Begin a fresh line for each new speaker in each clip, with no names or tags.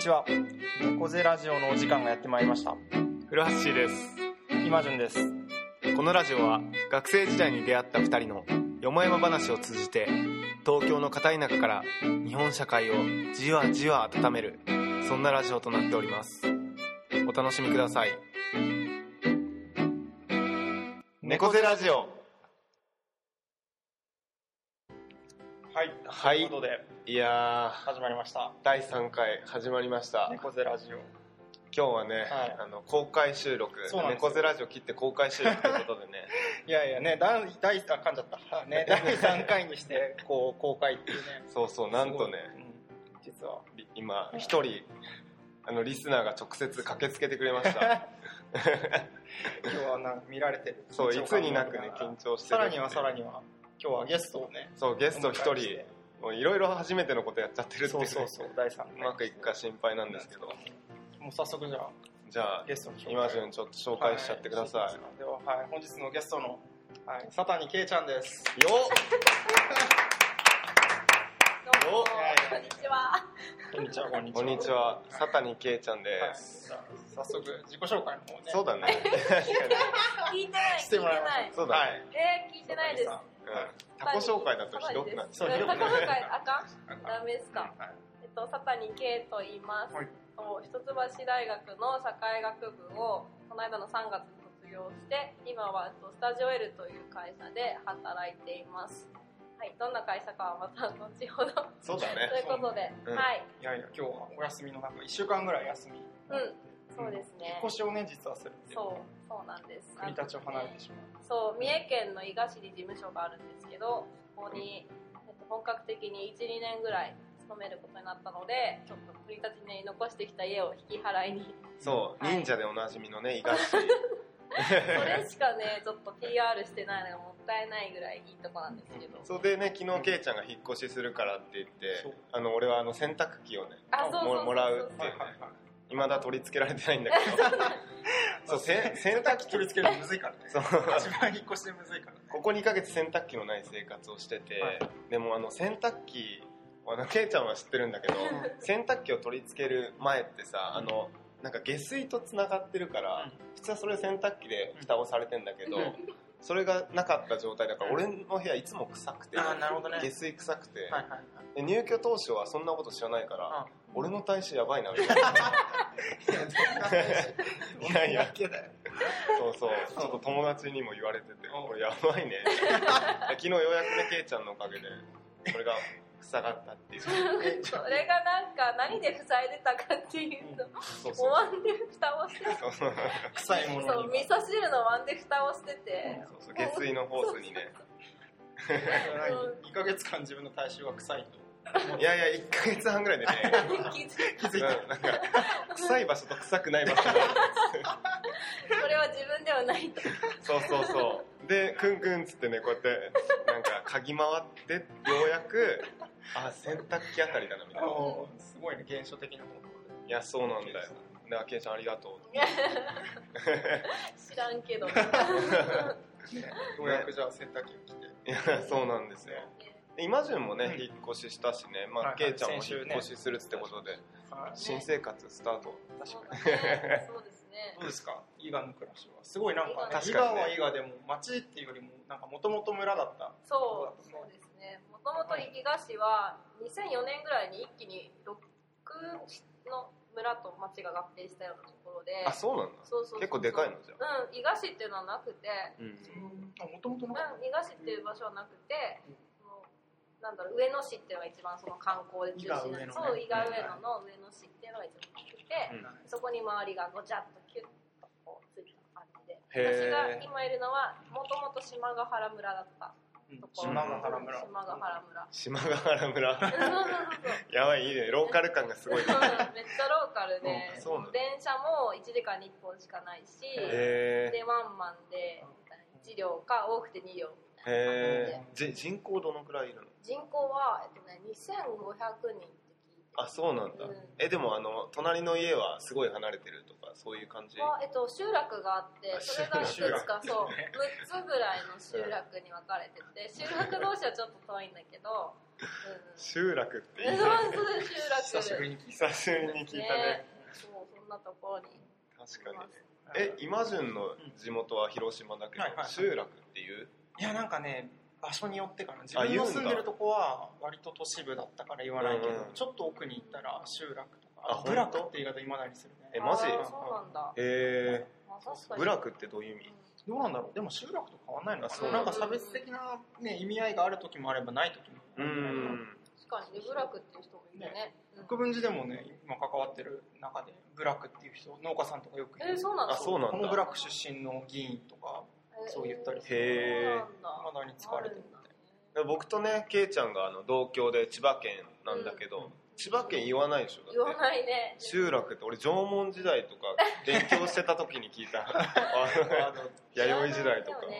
ちは猫背ラジオのお時間がやってまいりました
古橋です
今順です
このラジオは学生時代に出会った2人のよもやま話を通じて東京の片田舎から日本社会をじわじわ温めるそんなラジオとなっておりますお楽しみください猫背ラジオ
はい
はい
ということで
いやー
始まりました
第3回始まりました
猫背ラジオ
今日はね、
はい
あの公開収録
そうなんですよ
猫背ラジオ切って公開収録ということでね
いやいやねだ第あ噛んじゃった ね第3回にしてこう公開っていうね
そうそうなんとね
すごいうん実は
り今一人あのリスナーが直接駆けつけてくれました
今日はな見られ てる
そうい
緊張
つ
感
になくね
がある
緊張して
さ
る
らにはさ
ら
らには今日はゲストをね
そうゲスト一
お迎えし
人
て
もういろいろ初めてのことやっちゃってるってい
そううそうそう第3回
うまくいくか心配なんですけど
もう早速じゃあ
じゃあ
ゲストの紹介
今順ちょっと紹介しちゃってください、
はそうですねでは、はい、本日のゲストの、はい、佐谷圭ちゃんです。
よっ
どうも
お
こんにちは。
こんにちは、こんに
こんにち。は佐谷圭ちゃんで
はい、
す、
じゃあ早速自己紹介の方ね。
そうだね
聞いてない。
してもらいまし
そうだね、
はい
えー、聞いてないです。
うん、自己紹介だとひどくなっち
そう
ゃ
自
ひ
己
どく
紹
なっち
介
ゃ
あか ん。ダメですか。
はい
えっと佐谷圭と言います。
はい
と一橋大学の社会学部をこの間の3月に卒業して、今はえっとスタジオ L という会社で働いています。はい、どんな会社かはまた後ほど。 と
そうだね
いうことで、
うん
はい、
いやいや、今日はお休みの中、1週間ぐらい休み。
うんそうですね
引っ越しをね、実はするっていう。
そうそうなんです。
国立を離れてしまう。
そう三重県の伊賀市に事務所があるんですけどそこに、えっと、本格的に12年ぐらい勤めることになったのでちょっと国立に残してきた家を引き払い に
そう
はい
忍者でおなじみのね伊賀市
それしかねちょっと PR してないのがもったいないぐらいいいとこなんですけど、
それでね昨日ケイちゃんが引っ越しするからって言って
そう
あの俺はあの洗濯機をね
あそうそうそうそう
ももらうって
はいいうはいはい。
未だ取り付けられてないんだけど そうせ洗
洗濯
濯
機
機
取り付けるのむずいからね。
そう
一番引っ越してむずいからね。
ここ2ヶ月洗濯機のない生活をしてて、
はい
でもあの洗濯機あのケイちゃんは知ってる んだけど洗濯機を取り付ける前ってさあのなんか下水とつながってるから、
うん
普通はそれ洗濯機で蓋をされてんだけど、
うん
それがなかった状態だから、
うん
俺の部屋いつも臭くて、
あーなるほどね
下水臭くて、
はいはいはい。
で入居当初はそんなこと知らないから、
あ
俺の体臭やばいなみたいな いやいや
けだよ。
そうそうちょっと友達にも言われてて
うん
これやばいね昨日ようやくねケイちゃんのおかげでこれが塞がったっていう
それがなんか何で塞いでたかっていうと、
そう
お
そう
椀で蓋をして
そうそう
臭いも
そ
の
う
に。
味噌汁の椀で蓋をしてて、
そう下水のホースにね
2ヶ月間自分の体臭が臭いと
いやいや1ヶ月半ぐらいでね
気づい
気づい
うんなんか臭い場所と臭くない場所が
それは自分ではな いと。
そうそうそう。で、クンクンっつってね、こうやって、なんか、嗅ぎ回って、ようやく、あ、洗濯機あたりだな、みた
た
いな。い
おーすごいね現象的な方法
や、そうなんだよ。で、あけいちゃんありがと
知らんけど。
でねようやくじゃあ洗濯機を着て
う。いや、そうなんですよ。で今順もね、引っ越ししたしね、ま
はい
あ、
はい
けいちゃんも
先週ね
引っ越しするってことで、
はい
新生活スタート。
そうだねそうですね
どう。ですか伊賀の暮らしはすごいなんかね伊
確
賀
かにね
は伊賀でも町っていうよりもなんかもともと村だった
そう、そうですね。もともと伊賀市は2004年ぐらいに一気に6の村と町が合併したようなところで、
あ、そうなんだ。
そうそうそう
結構でかいのじゃあ。
うん、伊賀市っていうのはなくて、
うん。
もともと
う
の
ん、伊賀市っていう場所はなくて、そのなんだろう上野市っていうのが一番その観光で中心な
伊賀上野ね
そう伊賀上野の上野市っていうのが一番大きくて、
うん
そこに周りがごちゃっとキュッとこうついた感じで
へー
私が今いるのはもともと島ヶ原村だったとこ
島
ろ
ヶ原村
島ヶ原
島
村
ヶ原村。
そうそうそう
やばい、いいね。ローカル感がすごい。
そううんめっちゃローカルで
そうなんだ
電車も1時間に1本しかないし
へ
でワンマンで1両か多くて2両み
え。
たいな
へえ。じ人口どのくらいいるの
人口は、えっとね、2500人って聞いて
あそうなんだ、
うん
えでもあの隣の家はすごい離れてるとかそういう感じ
はえっと、集落があって
あ
それがいく
集落
つかそう6つぐらいの集落に分かれて て集落同士はちょっと遠いんだけど、うん、
集落っていい
え
ね
そうそう集落
久しぶりに聞いた。
久しぶりに聞いたね
ねそうそんなところに
確かにねえイマジュンの地元は広島だけど、
はいはい
集落っていう
いやなんかね場所によってかな自
あ
分
言う
の
んだ
住んでるとこは割と都市部だったから言わないけど、
うんうん
ちょっと奥に行ったら集落とか
あ
あと部落って言い方いまだにするね
えマジ
あーそうなんだ、
へえ
まあ、確かに
部落ってどういう意味
どうなんだろうでも集落と変わんないの
あ
か
そう
ななんか差別的な、ね、意味合いがある時もあればない時もあ
う
る
ん
確かにね部落っていう人もいるねうん
国分寺でもね今関わってる中で部落っていう人農家さんとかよくい
え
る
ー、そうなんだ
あそうなんだ
この部落出身の議員とか
えー
そう言ったり
するへー
そうなんだ
まだに使われてるみたい
僕とねケイちゃんがあの同郷で千葉県なんだけど、
うん
千葉県言わないでしょだって
言わないね
集落って俺縄文時代とか勉強してた時に聞い た あ
あの
の弥生時代と
言わ
か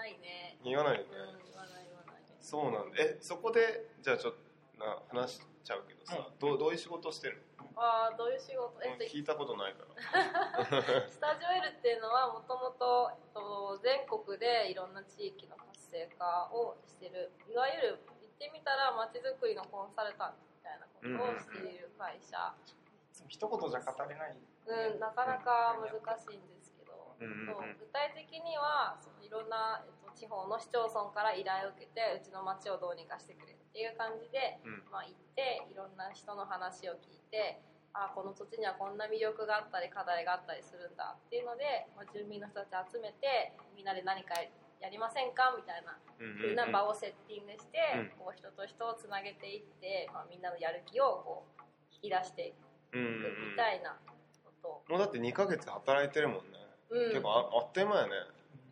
ないよね言わ
言わな
ないね
いよね
うん言わない言わない
そうなんだえそこでじゃあちょっとな話しちゃうけどさ、どうどういう仕事してる
ああどういう仕事
の
えっと
聞いたことないから
スタジオ L っていうのはもともとえっと全国でいろんな地域の活性化をしてるいわゆる言ってみたらまちづくりのコンサルタントみたいなことをしている会社、
いつも一言じゃ語れない
うん、なかなか難しいんですけど、
うんうんうん
そう具体的にはそのいろんな、えっと、地方の市町村から依頼を受けてうちの町をどうにかしてくれっていう感じで、
うん
まあ、行っていろんな人の話を聞いてあこの土地にはこんな魅力があったり課題があったりするんだっていうので、まあ、住民の人たち集めてみんなで何かやりませんかみたいな
うん
ふうな場をセッティングして、
う
こう人と人をつなげていって、まあ、みんなのやる気をこう引き出してい
う
く
んうんうん
みたいなことを
もうだって2ヶ月働いてるもんね、
うん、
結構ああっという間やね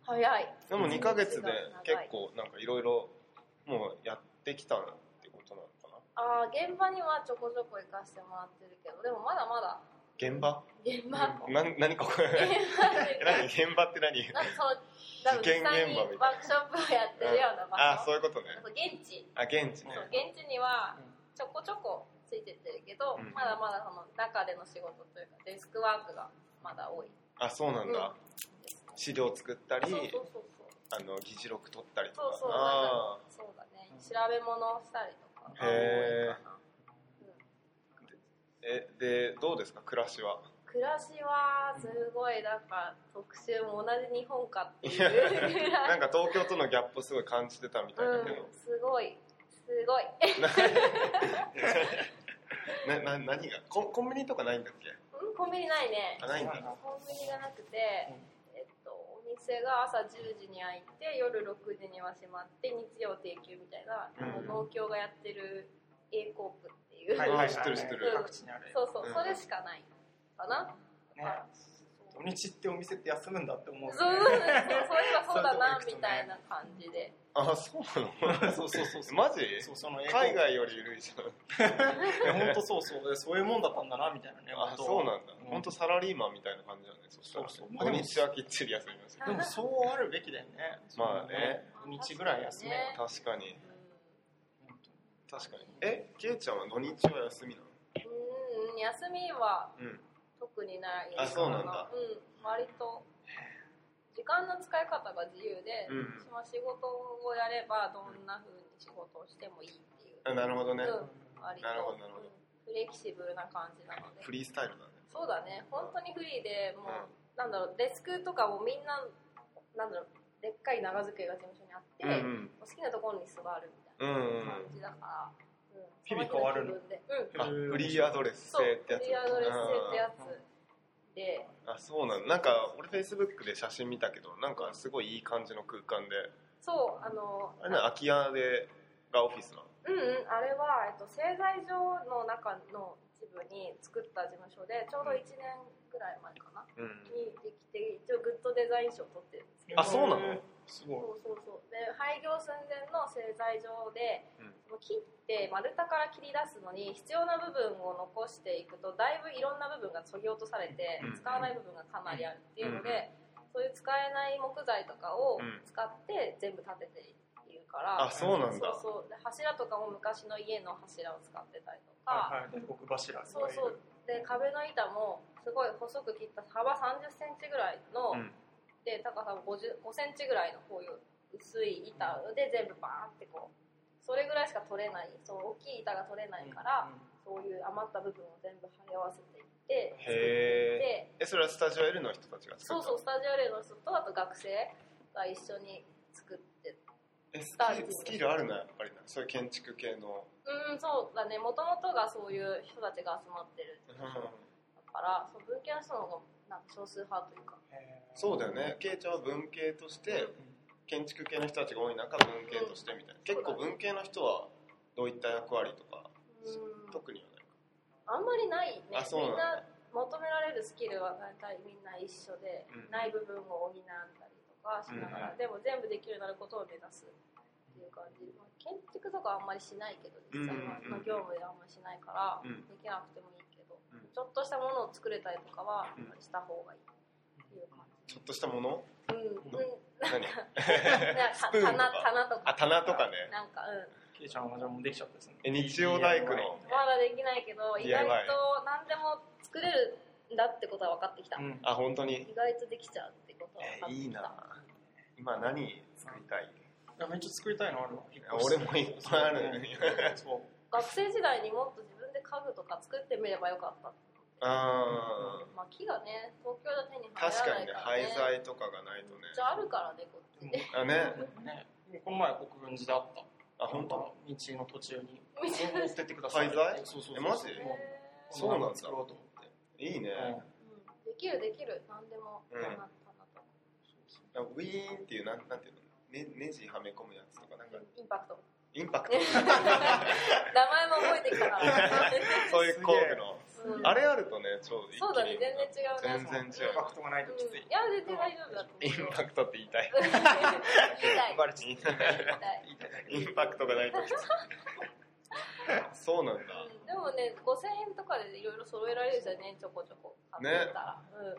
早い
でも2ヶ月で結
長
構
い
なんかいろいろもうやってきたってことなのかな
あー現場にはちょこちょこ行かせてもらってるけどでもまだまだ
現場
現場
な何こ
現場
れ何
で
現場って何
なんかその多分
事件現
実際
場みた
にワークショップをやってるような場
あそう
所、
いうことね
そう現地
あ現地ね
そう現地にはちょこちょこついてってるけど、
うん
まだまだその中での仕事というかデスクワークがまだ多い
あそうなんだ、
ですね
資料作ったり
そうそうそうそう
あの議事録取ったりとか
そうそう
あ
そうだね調べ物をしたりとかが多
へー
いかな
ーえでどうですか暮らしは
暮らしはすごいなんか特集も同じ日本かっていうぐらい
なんか東京とのギャップすごい感じてたみたいだけ
うん、すごいすごいん
ど、なな何がコンコンビニとかないんだっけ
コンビニないね
あないんだ
うん
コンビニがなくて、えっと、お店が朝10時に開いて夜6時には閉まって日曜定休みたいな、あ
うん
の農協がやってる A コープっていう、
はいはい知ってる知ってる
各地にある
そうそう
うん
それしかないかな、
ね
あ
土日ってお店って休むんだって思う
そうそうそうそういえばそうだな
そういうとこ行くとね
みたいな感じで
あそうなの
そうそうそうそう
マジ
そうその
海外より緩いじゃん
本当そうそうでそういうもんだったんだなみたいなね本
あ
当
そうなんだ
うん
本当サラリーマンみたいな感じだねそしたら
そうそう
土日はきっちり休みますよ
でもそうあるべきだよね
まあね
そうね土日ぐらい休めよ
ね
確かに
本
確かにえケイちゃんは土日は休みなの
うんうん休みは
うん
特にない
あそうなんだ
うん割と時間の使い方が自由で、
うん
まあ仕事をやればどんな風に仕事をしてもいいっていう、
あなるほどね
うん割と
なるほどなるほど
うんフレキシブルな感じなので
フリースタイルだね
そうだね本当にフリーでもう、
うん
なんだろうデスクとかもみんななんだろうでっかい長机が事務所にあって、
うん
お好きなところに座るみたい
うんうんうん
な感じだから、うん
日々変わるの
その日の気分でうん
あフリーアドレス
そう
制ってやつ
フリーアドレス制ってやつで
あそうなのなんか俺フェイスブックで写真見たけどなんかすごいいい感じの空間で
そうあの
あれな空き家でがオフィスなの
うんうんあれは、えっと、製材所の中の一部に作った事務所でちょうど1年ぐらい前かな
うん
にできて一応グッドデザイン賞を取ってるんですけど
あそうなの
すごい
そうそうそうで廃業寸前の製材所で、
うん
その切って丸太から切り出すのに必要な部分を残していくとだいぶいろんな部分がそぎ落とされて、
うん
使わない部分がかなりあるっていうので、そういう使えない木材とかを使って全部建てているか
あ
ら
そうなんだ
そうそうで柱とかも昔の家の柱を使ってたりとか、
はいはい、奥柱とか
そうそうで壁の板もすごい細く切った幅3 0センチぐらい
う
の、
ん
で高さも50 5センチぐらいのこういう薄い板で全部バーンってこうそれぐらいしか取れないそう大きい板が取れないから、そういう余った部分を全部貼り合わせていって作っ
へ
て
え
いって
それはスタジオ L の人たちが作っ
そう
た
そうスタジオレの人とあと学生が一緒に作って
えスキルスキルあるなやっぱりなそういう建築系の、
うんそうだねもともとがそういう人たちが集まってる
うん、
だからそう文系の人の方がなんか少数派というか
そうだよね慶長は文系として建築系の人たちが多い中文系としてみたいな結構文系の人はどういった役割とか
うん
特にはない
あんまりないね
あそう
み
なんんだ
な求められるスキルは大体みんな一緒で、
うん
ない部分を補ったりとかしながら、
うん
でも全部できるようになることを目指すっていう感じ、まあ、建築とかはあんまりしないけど実際は、
うんうんうん
まあ業務ではあんまりしないから、
うん
できなくてもいいけど、
うん
ちょっとしたものを作れたりとかは
うん
した方がいいっていう感じ
ちょっとしたもの
うん、うん、
何
なんか
プーンと
棚
か
棚と
あ
か
棚とかね
なんかうん
ケイちゃんはじゃあもうできちゃったですね
え日曜大工の
DIY
まだできないけど意外
DIY
と何でも作れるんだってことは分かってきた、
うん
あ本当に
意外とできちゃうってことは分
え
かってきた
いいな今何作りたい
いやめっちゃ作りたいのあるわ
俺もいっぱいあるね
そう
学生時代にもっと自分で家具とか作ってみればよかった、
あー
まあ、木がね東京じゃ手に入
確
ら
か
ない
にね
から、ね、
廃材とかがないとね
じゃああるからねこっち
うん
で
あね
ねこの前国分寺であった
あ本当
道の途中 に
道の途中
持ってってくださいって
廃材
そうそうそう
えマジ
へー
そうなんだ
作ろうと思って
いいね
うん
うんできるできる何でも
うん
棚棚とか
あウィーンっていうなんなんていうのねネジはめ込むやつとかなんか
インパクト
インパクト
名前も覚えてき たから、
そういう工具の
うん
あれあるとねちょうど一気に
そうだね全然違うね
全然違
インパクトがないときつ
うん
い
いや全然大丈夫だと思う
インパクトって言いたい
痛い
バレちゃった
痛い
言いたいだけ
インパクトがないときついそうなんだ
うんでもね5000円とかでいろいろ揃えられるじゃんねちょこちょこ買ってたら、うんうん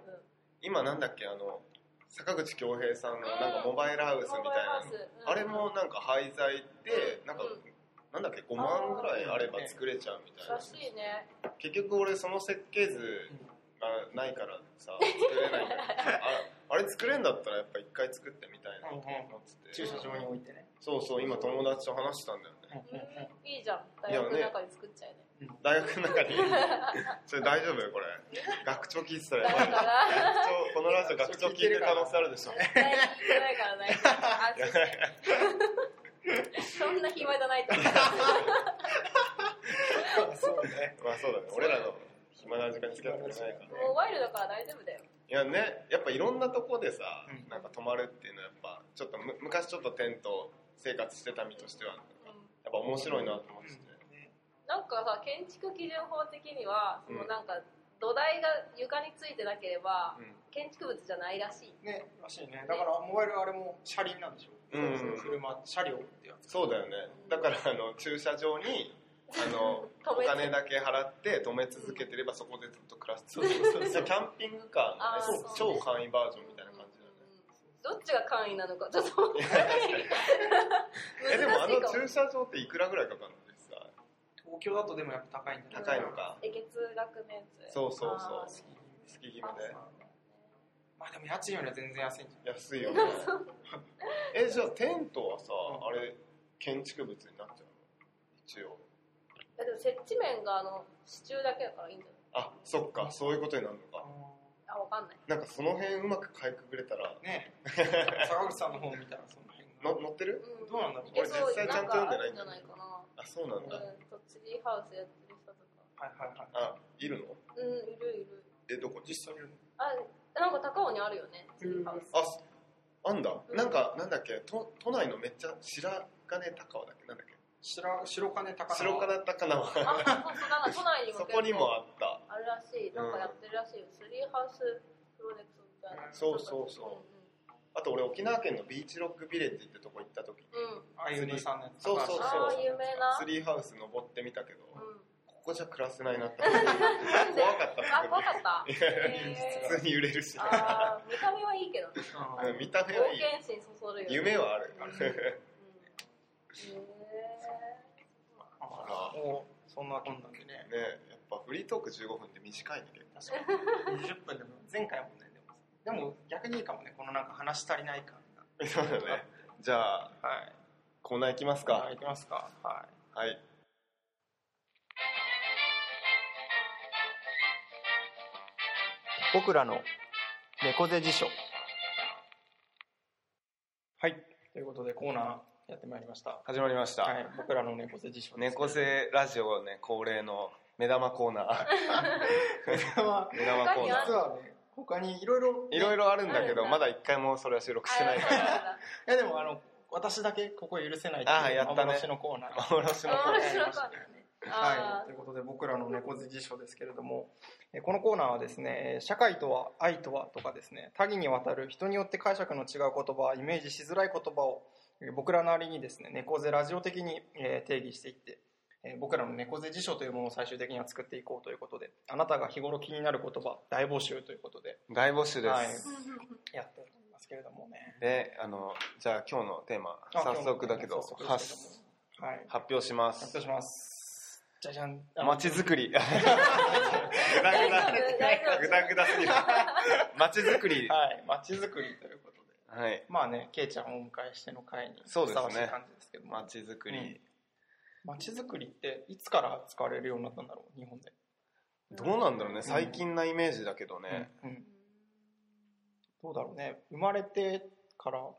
今なんだっけあの坂口恭平さんのなんかモバイルハウスみたい
モバイルハウ
な
スうん
あれもなんか廃材でなんか
うん
なんだっけ5万ぐらいあれば作れちゃうみたい
ら
な
しいね
結局俺その設計図がないからさ作れ ないんだけどああれ作れんだったらやっぱ一回作ってみたいな
うんうん
っつって
駐車場に置いてね
そうそう今友達と話したんだよね
うん
う
いいじゃん大学の中で作っちゃえね
んうん
大学の中に それ大丈夫これ学長聞いてたら
だ
やばい
から
学長このラジオ学長聞いてる可能性あるでしょ
絶対に行けないから大丈夫安心してそんな暇じゃないと思う
そうね
まあそうだね俺らの暇な時間に付き合ってくれないから
もうワイルドから大丈夫だよ
いやねやっぱいろんなとこでさ、
うん
なんか泊まるっていうのはやっぱちょっとむ昔ちょっとテント生活してた身としてはやっ
うん
ぱ面白いなと思ってて、
なんかさ建築基準法的にはその
うん
なんか土台が床についてなければ
うん
建築物じゃないらしい
ねらしいねだからモバイルあれも車輪なんでしょ
うん
その車車両ってやつ
そうだよねだからあの駐車場にあのお
止め
金
て
だけ払って止め続けてればそこでずっと暮らすそうキャンピングカ
あー
ーの、ね
そう、
超簡易バージョンみたいな感じだよね
どっちが簡易なのかちょっと分かんない
えでもあ
難
の
しいかも
駐車場っていくらぐらいかかるんですか
東京だとでもやっぱ高いんだ
高いのか
え月額年
そ
数
うそう
あ
そう
ー
月
そ
決めで
まあでも家賃よりは全然安いんじ
安いよね えじゃあテントはさあれ建築物になっちゃうの一応
えでも設置面があの支柱だけだからいいんじゃ
あそっかそういうことになるの
ゃ
か
ないあわかんない
なんかその辺うまくかいくぐれた
な
ら
い ね坂口さんの本見たらその
の
辺が
乗ってる
うん
どうなんだろう
いけそう
俺実際ちゃんと読んでない
んじゃないかな
あそうなんだ
うんとツリーハウスやってる人とか
はいはいはい
あいるの
うんいるいる
えどこ実際
それより
あなんか高尾にあるよねツリーハウス
あすあんだ
うん
なんかなんだっけ都都内のめっちゃ白金高尾だっけなんだっけ
白白金高
白金高輪
あ、そうそう、なんか都内にも
そ
結構
こにもあった
あるらしい、なんかやってるらしいよ、スリーハウスプロジェクトみたいな。
そうそうそあと俺沖縄県のビーチロックビレッジってとこ行った時に
うんうん。うん。
あゆみさんのやつ
そうそうそう
ああ、有名な。
ツリーハウス登ってみたけど
うん。
ここじゃ暮らせないなって
なんで
怖かったっす
あ、怖かった。へ
普通に揺れるし
ー、あー見た目はいいけどね。
うん
うん見た目
冒
はいい
険心そそるよね。
夢はある
うん。うん
あら
もうそんなこんなんでね
ねやっぱフリートーク15分って短いね結構
20分でも前回もねでもでも逆にいいかもねこのなんか話足りない感が
そうだねじゃあ
はい
コーナーいきますか
いきますかはい
はい
僕らの猫背辞書はいということでコーナーやってまいりました
始まりました、
はい僕らの猫背辞書です
猫背ラジオね恒例の目玉コーナー
は
目玉コーナー
他に
実はね他にいろいろ
いろいろあるんだけ
あ
ど
るんだ
まだ一回もそれは収録してないから
いやでもあの私だけここ許せないっていう
あーやったね
幻のコーナー
幻のコーナー
面白かったね。
は
あ
い、ということで僕らの猫背辞書ですけれどもえーこのコーナーはですねえー社会とは愛とはとかですね多岐にわたる人によって解釈の違う言葉イメージしづらい言葉をえー僕らなりにですね猫背ラジオ的にえー定義していってえー僕らの猫背辞書というものを最終的には作っていこうということであなたが日頃気になる言葉大募集ということで、
大募集です、
はい、
ー
やっておりますけれどもね
であのじゃあ今日のテーマ
あ
早速だけど
今日のテーマ
は
早速です
発
けどもはい
表しま
発表
す
しますじゃじゃんあの
まち づくりぐだぐだ
大丈夫大丈夫
ぐだぐだすぎるまちづくり
はい街づくりということで
はい
まあね、ケイちゃんをお迎えしての会にふさ
そう
わ
で
し
す
い
ね
感じですけども、
まちづくり、
まちづくりっていつから使われるようになったんだろう、日本で。
どうなんだろうね最近なイメージだけどね、
うんうんどうだろうね、生まれてから、ど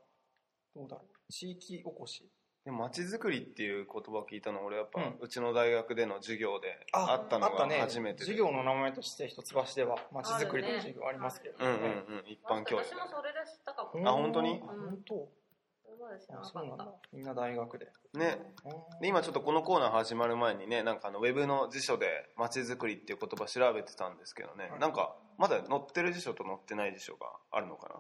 うだろう、地域おこし。
でもまちづくりっていう言葉を聞いたの俺やっぱ、う
うん
ちの大学での授業であったの
あった
が
ね、
初めてで
授業の名前として一橋では、まちづくりという授業ありますけれど
うん
も、
うんうん一般教
私
師
もそれで知ったかも。
う
そ
ん
あ本当に
あ本当
れまで知ら
あ
な
そ
か
うなん
っ
だ
た。。
みんな大学で。
ね
うん
で今ちょっとこのコーナー始まる前にねなんかあのウェブの辞書で「まちづくり」っていう言葉調べてたんですけどね、
はい
なんかまだ載ってる辞書と載ってない辞書があるのかな、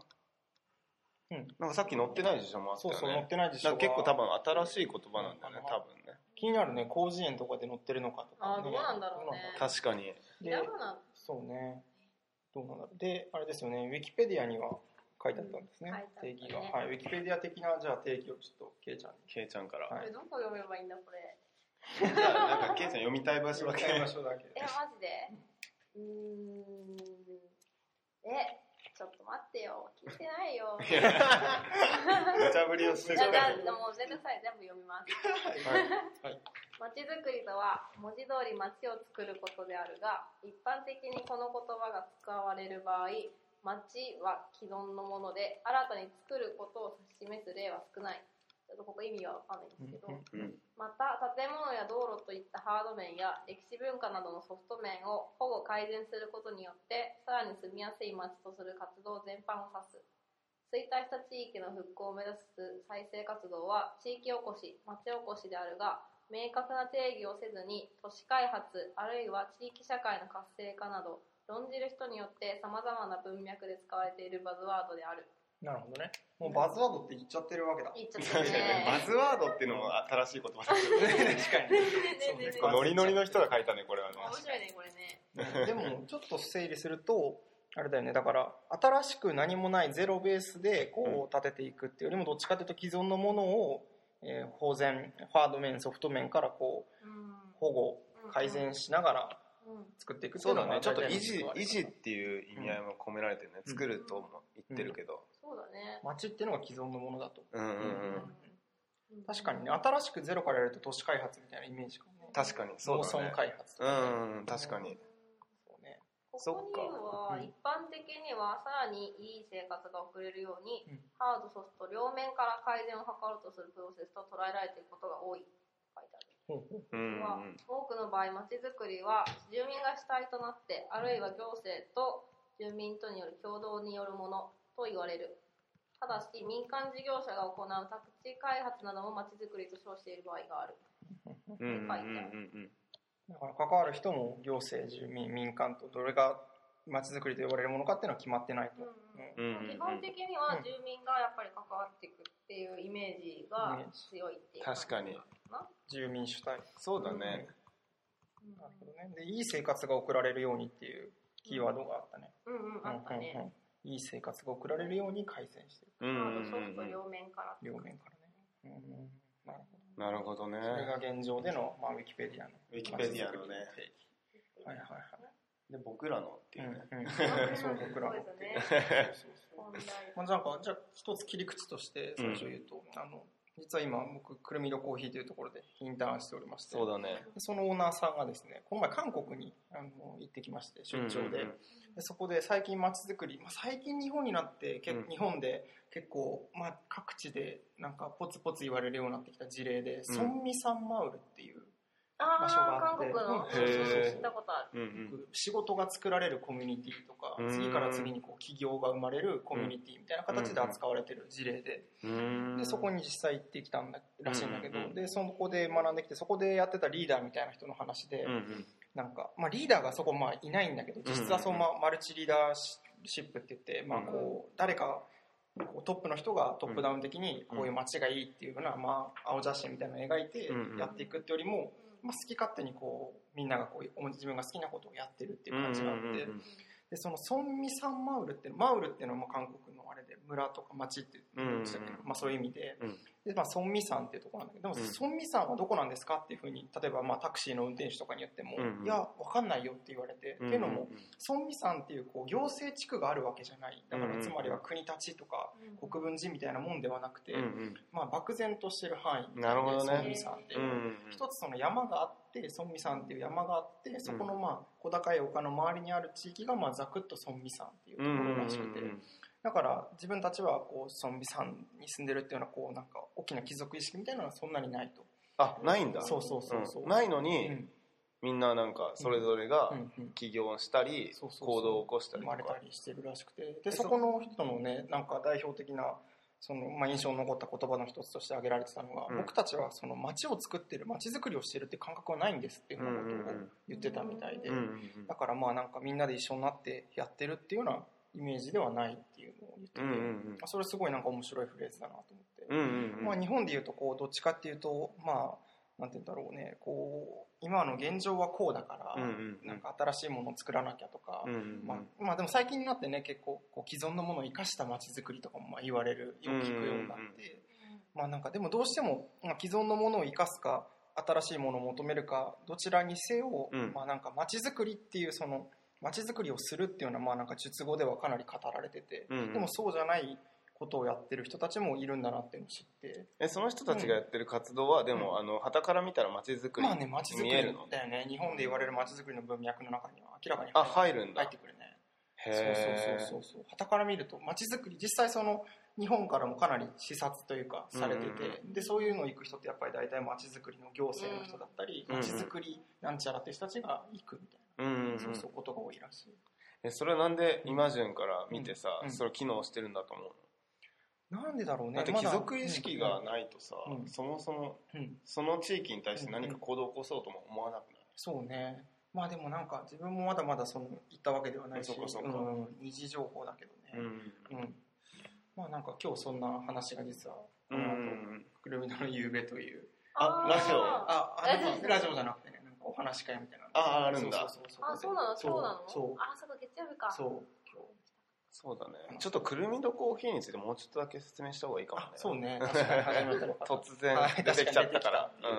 うん
なんかさっき載ってない辞書もあった
そう
よね
そう、載ってない辞書
なん
が
か結構多分新しい言葉なんだよね
うん
多分ね
気になるね、広辞苑とかで載ってるのかとか、ね。
あーどうなんだろうね
ど
確かに
ひ
で
らがな
そうね。どうなんだろう。で、あれですよね、ウィキペディアには書いてあったんですね、
うん書いてあった
定
ね
義が。はい、ウィキペディア的な、じゃあ定義をちょっと、ケイちゃんに。
ケイちゃんから、
は
これどこ読めばいいんだこれ。
じゃあなんかケイちゃん読みたい場所だけ
場所だけ。
えマジで。うーん。えちょっと待ってよ聞いてないよ。
いや無茶ぶりをし
じ
て
ゃ
るか
あじ
ら
ゃあもう全部さえ全部読みます。
はい。
まちづくりとは文字通り町を作ることであるが一般的にこの言葉が使われる場合町は既存のもので新たに作ることを指し示す例は少ないちょっとここ意味はわかんないんですけど、
うん
また建物や道路といったハード面や歴史文化などのソフト面を保護改善することによってさらに住みやすい街とする活動全般を指す衰退した地域の復興を目指す再生活動は地域おこし町おこしであるが明確な定義をせずに都市開発あるいは地域社会の活性化など論じる人によってさまざまな文脈で使われているバズワードである
なるほどね。もうバズワードって言っちゃってるわけだ。
言っちゃっ
確かに
た
ね
ね
バズワードっていうのも新しい言葉だけど
確か
ねねね
そう
ノリノリの人が書いたねこれはね
面白いねこれね
に。でも、ちょっと整理すると、あれだよね、だから、新しく何もないゼロベースで、こう、立てていくっていうよりも、どっちかというと既存のものを、えー、保全、ハード面、ソフト面から、こう、
うん
保護、改善しながら
うん
作っていくってい
そうう
の
だ
が
ねちょっと維
大事
持
なこと
維持っていう意味合いも込められてるね、
うん
作るとも言ってるけど、
そうだね
街っていうのが既存のものだと
うん、うんうん
うん
うん
確かにね新しくゼロからやると都市開発みたいなイメージかもね
確かにそうだ
農
ね
村開発と
う
かね
ん、うん、確かに
そうね
こ
そっ
こに
か
は
うん
一般的にはさらにいい生活が送れるように、
うん
ハードソフト両面から改善を図ろうとするプロセスと捉えられていることが多い書いてある
ほうほう
うんうん
は多くの場合まちづくりは住民が主体となってあるいは行政と住民とによる共同によるものと言われるただし民間事業者が行う宅地開発などもまちづくりと称している場合がある
うんうんうんうん
だから関わる人も行政住民民間とどれが街づくりと呼ばれるものかっていうのは決まってないと、
う
うんん
う
う
ん
んうん
基本的には住民がやっぱり関わっていくっていうイメージが強いっていう
確かに
住民主体
そうだね、
うん
なるほどねでいい生活が送られるようにっていうキーワードがあったね、
うんうんあった
うんうん
ね
うんいい生活が送られるように改善していく
うん
ハ
うん
ー
う
ドソフト
ん
両面から
両面からね、うんうんなるほど
なるほどね。
それが現状での、まあ、ウィキペディアの。
ウィキペディアのね。
はいはいはい。
で、僕らのっていうね。
そう僕 らも
そうですね。オンライ
まあ、なんかじゃあ一つ切り口として最初言うと、あの実は今僕くるみどコーヒーというところでインターンしておりまして
そうだね。
そのオーナーさんがですねこの前韓国にあの行ってきまして出張で,、
うんうんうん
でそこで最近まちづくり、まあ、最近日本になって、け
うん
日本で結構、まあ、各地でなんかポツポツ言われるようになってきた事例で、ソンミサンマウルっていう
ン。
場所があ
ああ、韓
って
国の。
うんへー
聞いたことある。
うん
仕事が作られるコミュニティとか
うん
次から次にこう企業が生まれるコミュニティみたいな形で扱われてる事例で
うんうん
でそこに実際行ってきたんだらしいんだけど、
うんうんうん
でそこで学んできてそこでやってたリーダーみたいな人の話で、
うんうん
なんか、まあ、リーダーがそこまあいないんだけど実質はそう、まマルチリーダーシップって言って、まあ、こう誰かこうトップの人がトップダウン的に
うん
こういう街がいいっていうような、まあ、青写真みたいなのを描いて
うんうん
やっていくってよりも、まあ、好き勝手にこうみんながこう自分が好きなことをやってるっていう感じがあって。
うんうんうん
でそのソンミサンマウルってマウルっていうのはまあ韓国のあれで村とか町って言うんでしたっけ
うんうん
まあ、そういう意味で,、
うん
でまあ、ソンミサンっていうところなんだけどでも、
うん
ソンミサンはどこなんですかっていうふうに例えばまあタクシーの運転手とかに言っても、
うんうん
いや分かんないよって言われて、
うん
っていうのもソンミサンっていうこう行政地区があるわけじゃないだか
うんう
ら
ん
つまりは国立ちとか
うん
国分寺みたいなもんではなくて、
うんうん
まあ、漠然としてる範囲
なるほどね
ソンミサンっていううの
ん
は
うん
一つその山があって村美山っていう山があってそこのまあ小高い丘の周りにある地域がまあざくっと村美山っていうと
うんう
こ
んうん
ろらしくてだから自分たちはこう村美山に住んでるっていうのはこうなんか大きな貴族意識みたいなのはそんなにないと
あないんだ
そうそうそうそう、
んないの
う
に、
ん
みんななんかそれぞれが
うんうん
起業したり、
そうそうそう
行動を起こし
生
たりと
まれた
か
りしてるらしくてでそこの人のねなんか代表的なそのまあ印象に残った言葉の一つとして挙げられてたのが、
うん
僕たちはその街を作ってる街づくりをしてるっていう感覚はないんですっていうようなことを言ってたみたいで、
うんうん
だからまあなんかみんなで一緒になってやってるっていうようなイメージではないっていうのを言ってて、
うんうん
あそれすごいなんか面白いフレーズだなと思って、
うんうんうんうん
まあ、日本でいうとこうどっちかっていうとまあなんて言うんだろうねこう今の現状はこうだから、
うんうんうん
なんか新しいものを作らなきゃとか、
うんうんうん
まあまあ、でも最近になってね結構こう既存のものを生かした街づくりとかもまあ言われるよく聞くようになって、
うんうんうん
まあなんかでもどうしても、まあ、既存のものを生かすか新しいものを求めるかどちらにせよ、
うん
まあなんか街づくりっていうその街づくりをするっていうのはまあなんか術語ではかなり語られてて、
うんうん
でもそうじゃないことをやってる人たちもいるんだなっていうのを知って
えその人たちがやってる活動は、でもあの旗から見たら街づくり
まあね街づく
見
り
えるの、
だよね日本で言われる街づくりの文脈の中には明らかに
あ入るんだ
入ってくるね
へー
そうそうそうそう旗から見ると街づくり実際その日本からもかなり視察というかされて
うんうん
て、でそういうの行く人ってやっぱり大体街づくりの行政の人だったり
うん
街づくりなんちゃらって人たちが行くみたい
うんうんう
な、
ん
そうそうことが多いらしい
えそれはなんでイマジュンから見てさ、
うん
それ機能してるんだと思う、
なんでだろうね
だって
ま
貴族意識がないとさ、
うん
そもそも
うんうん
その地域に対して何か行動を起こそうとも思わなく
そうねまあでもなんか自分もまだまだその行ったわけではないし
そっかそっか
うん二次情報だけど
なる
ね、、うんまあなんか今日そんな話が実はこの後くるみの夕べという
あラジオ
あ
あ、あ
ラ
ラ
ジ
ジ
オ
オ
ですね
ラジオじゃなくてね、なんかお話し会みたいなの。
あああるんだ
そうそう
ーあ、そうなのそうなの
そう
あ、そうか、月曜日か。
そう。
そうだねちょっとくるみとコーヒーについてもうちょっとだけ説明した方がいいかもね
あ、そうね。確かに初めての 方。
突然出てきちゃったから
はい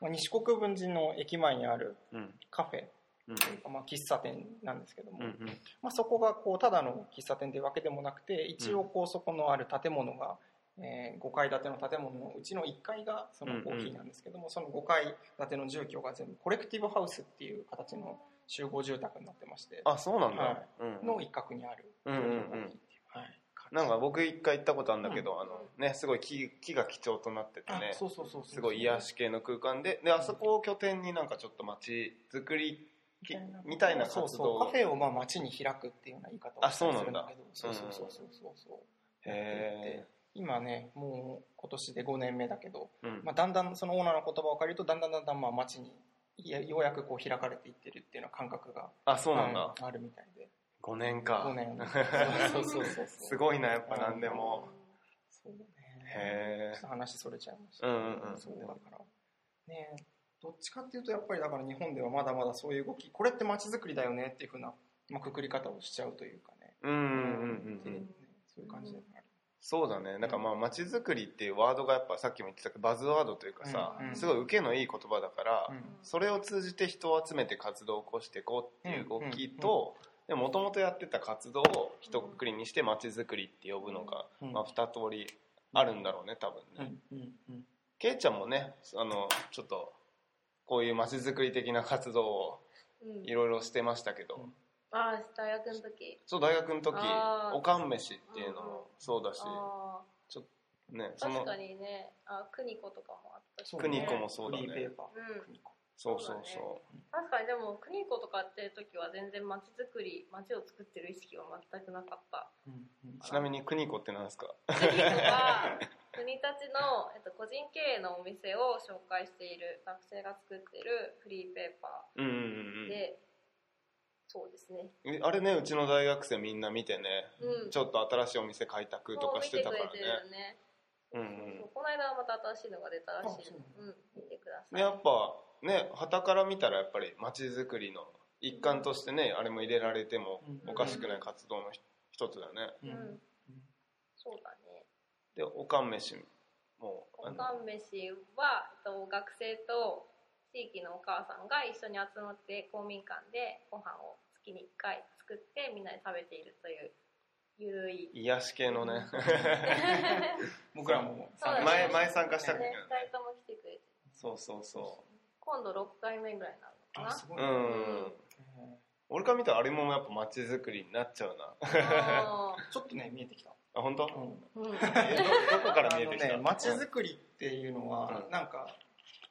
まあ、西国分寺の駅前にある
うんうん
カフェ
うん
というか、まあ、喫茶店なんですけども、
うんうん
まあ、そこがこうただの喫茶店というわけでもなくて、一応こうそこのある建物が、え5階建ての建物のうちの1階がそのコーヒーなんですけども、その5階建ての住居が全部コレクティブハウスっていう形の集合住宅になってまして、
あそうなんだ、
はい
うん
の一角にある
うんうんうん
はい
なんか僕一回行ったことあるんだけど、あのねすごい木木が貴重となってて
あ
ね
そうそうそうそう
すごい癒し系の空間でであそこを拠点になんかちょっと街づくりきみたいな活動
そうそうカフェをまあ街に開くっていうような言い方を
あそうな
す
んだ
るんだけどそうそうそうそうそうそうやっていて今ねもう今年で5年目だけど、
うん
まあ、だんだんそのオーナーの言葉を借りるとだんだんだんだんまあ街にいやようやくこう開かれていってるっていうような感覚が
あそうなんだ、
うんあるみたいで
5年か
5年そうそうそうそう
すごいなやっぱ何で
うん
も、
そうね
へ
ちょっと話それちゃいまし
え
たけ
う
ど
んうんうん
そうだからねどっちかっていうとやっぱりだから日本ではまだまだそういう動きこれって街づくりだよねっていうふうな、まあ、くくり方をしちゃうというかね
うんうんうんうん
でねそういう感じになる、
そうだねなんかまあ街づくりっていうワードがやっぱさっきも言ってたけどバズワードというかさ、
うんうん
すごい受けのいい言葉だから、
うん
それを通じて人を集めて活動を起こしていこうっていう動きともともとやってた活動を一括りにして街づくりって呼ぶのが、
うん
まあ、2通りあるんだろうね多分ね、
うんうん
けいちゃんもねあのちょっとこういう街づくり的な活動を
うん
いろいろしてましたけど、
うん
ああ大学の時
そう大学の時
あー
おかん飯っていうのもそうだし、
あ
ね
あ
その
確かにねあ邦子とかもあったし、ね、
クニコもそうだね
フリーペーパーク
うん
ニコ
そうそうそ
確かにでも邦子とかやってる時は全然街づくり街を作ってる意識は全くなかった
うんうん
うちなみにクニコってなんですか
邦子 は国立の、えっと、個人経営のお店を紹介している学生が作ってるフリーペーパ
うんうん
ーで、そうですね
うんうんあれねうちの大学生みんな見てね
うん
ちょっと新しいお店開拓とかしてたからね
そう見てくれてるよね
うん
そうこの間はまた新しいのが出たらしい
あそう
うん、見てくだ
うん
さい
でやっぱね旗から見たらやっぱり街づくりの一環としてねあれも入れられても
うん
おかしくない活動のひ一つだよね
う
うんん
そうだね
でおかん飯も
お
あの
かん飯は、えっと、学生と地域のお母さんが一緒に集まって公民館でご飯を月に1回作ってみんなで食べているというゆるい
癒し系のね
僕らも
そうだね
前前参加した
ね
時ね
2人とも来てくれて
そうそうそ
今度6回目ぐらいになるの
あ
かな
すごいうね
うん俺から見たらあれもやっぱ街づくりになっちゃうな
あ
ちょっとね見えてきた
あ本当、
うん
ーうん
えどどこから
あ
見え
の
てきた
ね街づくりっていうのは、
うん
なんか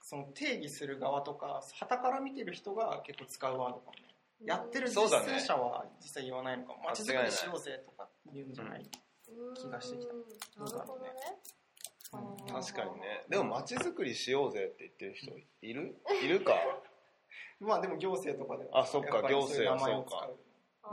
その定義する側とか旗から見てる人が結構使うワードかもねやってる実
そうだね
践者は実際言わないのかも街づくりしようぜとか言うんじゃない気がしてきた
うんなるほどね
うん
あ
確
ー
かにねでも街づくりしようぜって言ってる人いるいるか
まあでも行政とかで
あそっか
やぱりそういう名前を
行政
使
はそう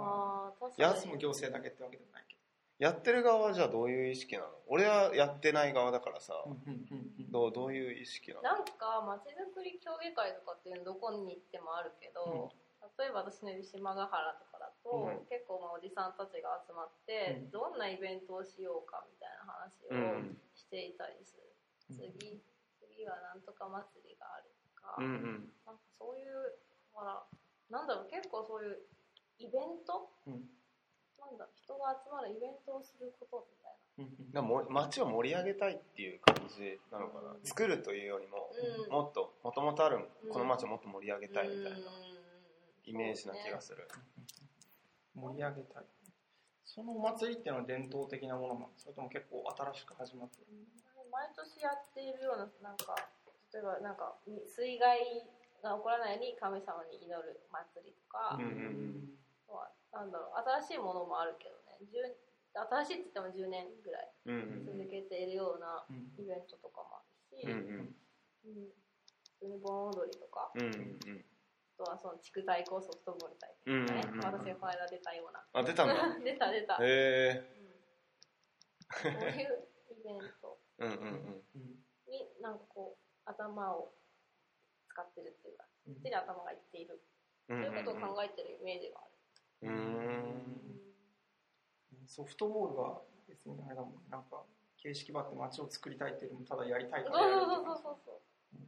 あー確
や
か
つ
に
も行政だけってわけでもないけ
やってる側はじゃあどういう意識なの俺はやってない側だからさ、
ど、うんうんうん
どうどういう意識なの
なんかまちづくり協議会とかっていうのどこに行ってもあるけど、例えば私のいる島ヶ原とかだと、
うん
結構まあおじさんたちが集まって、
うん
どんなイベントをしようかみたいな話
う
を
ん
していたりする、次次はなんとか祭りがあるとか、
うんうん
なんかそういうほらなんだろう結構そういうイベント
うん
なんだろう人が集まるイベントをすること
う
みたいな。
ん
でも街を盛り上げたいっていう感じなのかな、
うん
作るというよりも、
うん
もっともともとある
うん
この街をもっと盛り上げたいみたいな
うん
イメージな気がする、
盛り上げたいそのお祭りっていうのは伝統的なものなのそれとも結構新しく始まってる
毎年やっているような、なんか、例えばなんか、み水害が起こらないように神様に祈る祭りとか、
うんうん
あとはなんだろう、新しいものもあるけどね、10新しいって言っても10年ぐらい
うんうん
続けているような
うん
イベントとかもあるし、
うん
うん普通に盆踊りとか、あ
うんうんうん
とはその地区対抗ソフトボール大
うんうん
会
う
とかね、
んうん
私がこの間出たような。
あ出たんだ
出た出た。うん
へえ
そういうイベント。
うんうんうん
うん
になんかこう頭を使ってるっていうか
うん
そっちに頭がいっている
う
と
ん
いううことを
ん
考えてるイメージがある、
うんうーん
ソフトボールは別にあれだもんねなんか形式ばって街を作りたいっていうよりもただやりたい
そ
か
う
らやる
そうそうそうそう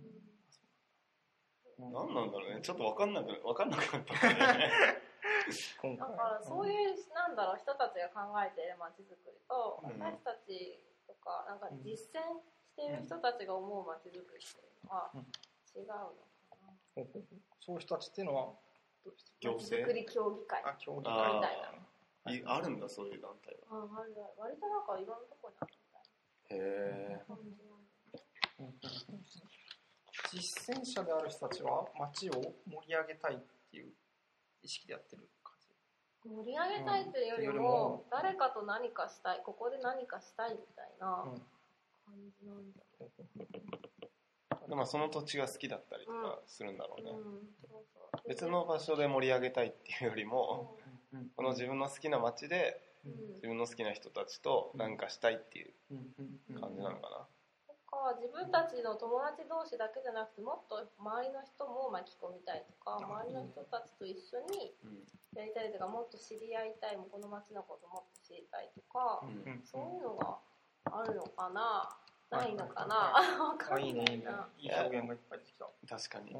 うん
何なんだろうねちょっと分かんなくわかんなくなった、
今
だ
回
からそういううなんだろう人たちが考えている街づくりと
うん
私たちとかなんか実践している人たちが思う街づくりっていうのは
うん
違うのかな
そういう人たちっていうのはどうして
行
街づく
政
り協議会
あ競技
あ
会み
みた
た
い
い
な
ー
いあるんだそういう団体
ああるある割となんかいろんなとこにあるみたい
はへえ
な感じ
な実践者である人たちは街を盛り上げたいっていう意識でやってる感じ
盛り上げたいというよりも、誰かと何かしたいここで何かしたいみたいな
うん
感じなんだ
でまあその土地が好きだったりとかするんだろうね、
ろう、うんそうそう
別の場所で盛り上げたいっていうよりも、
うん
この自分の好きな街で
うんうん
自分の好きな人たちと何かしたいっていう
うんうんうん
感じなのか
とか自分たちの友達同士だけじゃなくてもっと周りの人も巻き込みたいとか
うん
周りの人たちと一緒に
な、
やりたいとかもっと知り合いたいもうこの街のこともっと知りたいとか、
うん
そういうのがあるのかなないのかな わか
あ
んない
いねいいね
な。
いい表現がいっぱいできた
確かに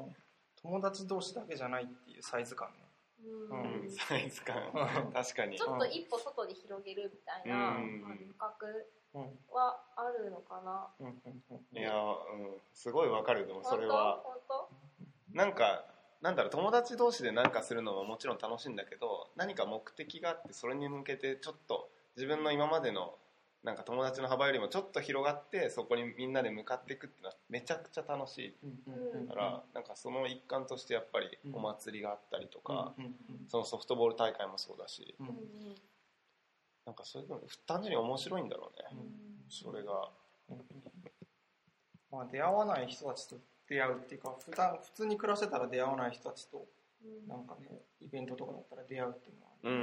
友達同士だけじゃないっていうサイズ感ね
う
うん
うんサイズ感
う
確かに
ちょっと一歩外に広げるみたいな
う
まあ
ん
感覚
うん
はあるのかな。
うんうんうん
いやーうんすごいわかるでもそ
本
れ
当
は
本当
なんかなんだろう友達同士で何かするのももちろん楽しいんだけど何か目的があってそれに向けてちょっと自分の今までのなんか友達の幅よりもちょっと広がってそこにみんなで向かっていくっていうのはめちゃくちゃ楽しい
うんうんうん
から、なんかその一環としてやっぱり
うん
お祭りがあったりとか、
うん
そのソフトボール大会もそうだし
うんうん
うん
なんかそれでも単純に面白いんだろう
う
ね、
ん
それが
まあ、出会わない人たちと出会うっていうか普段普通に暮らしてたら出会わない人たちと
うん
なんかねイベントとかだったら出会うっていうのは、
うんうん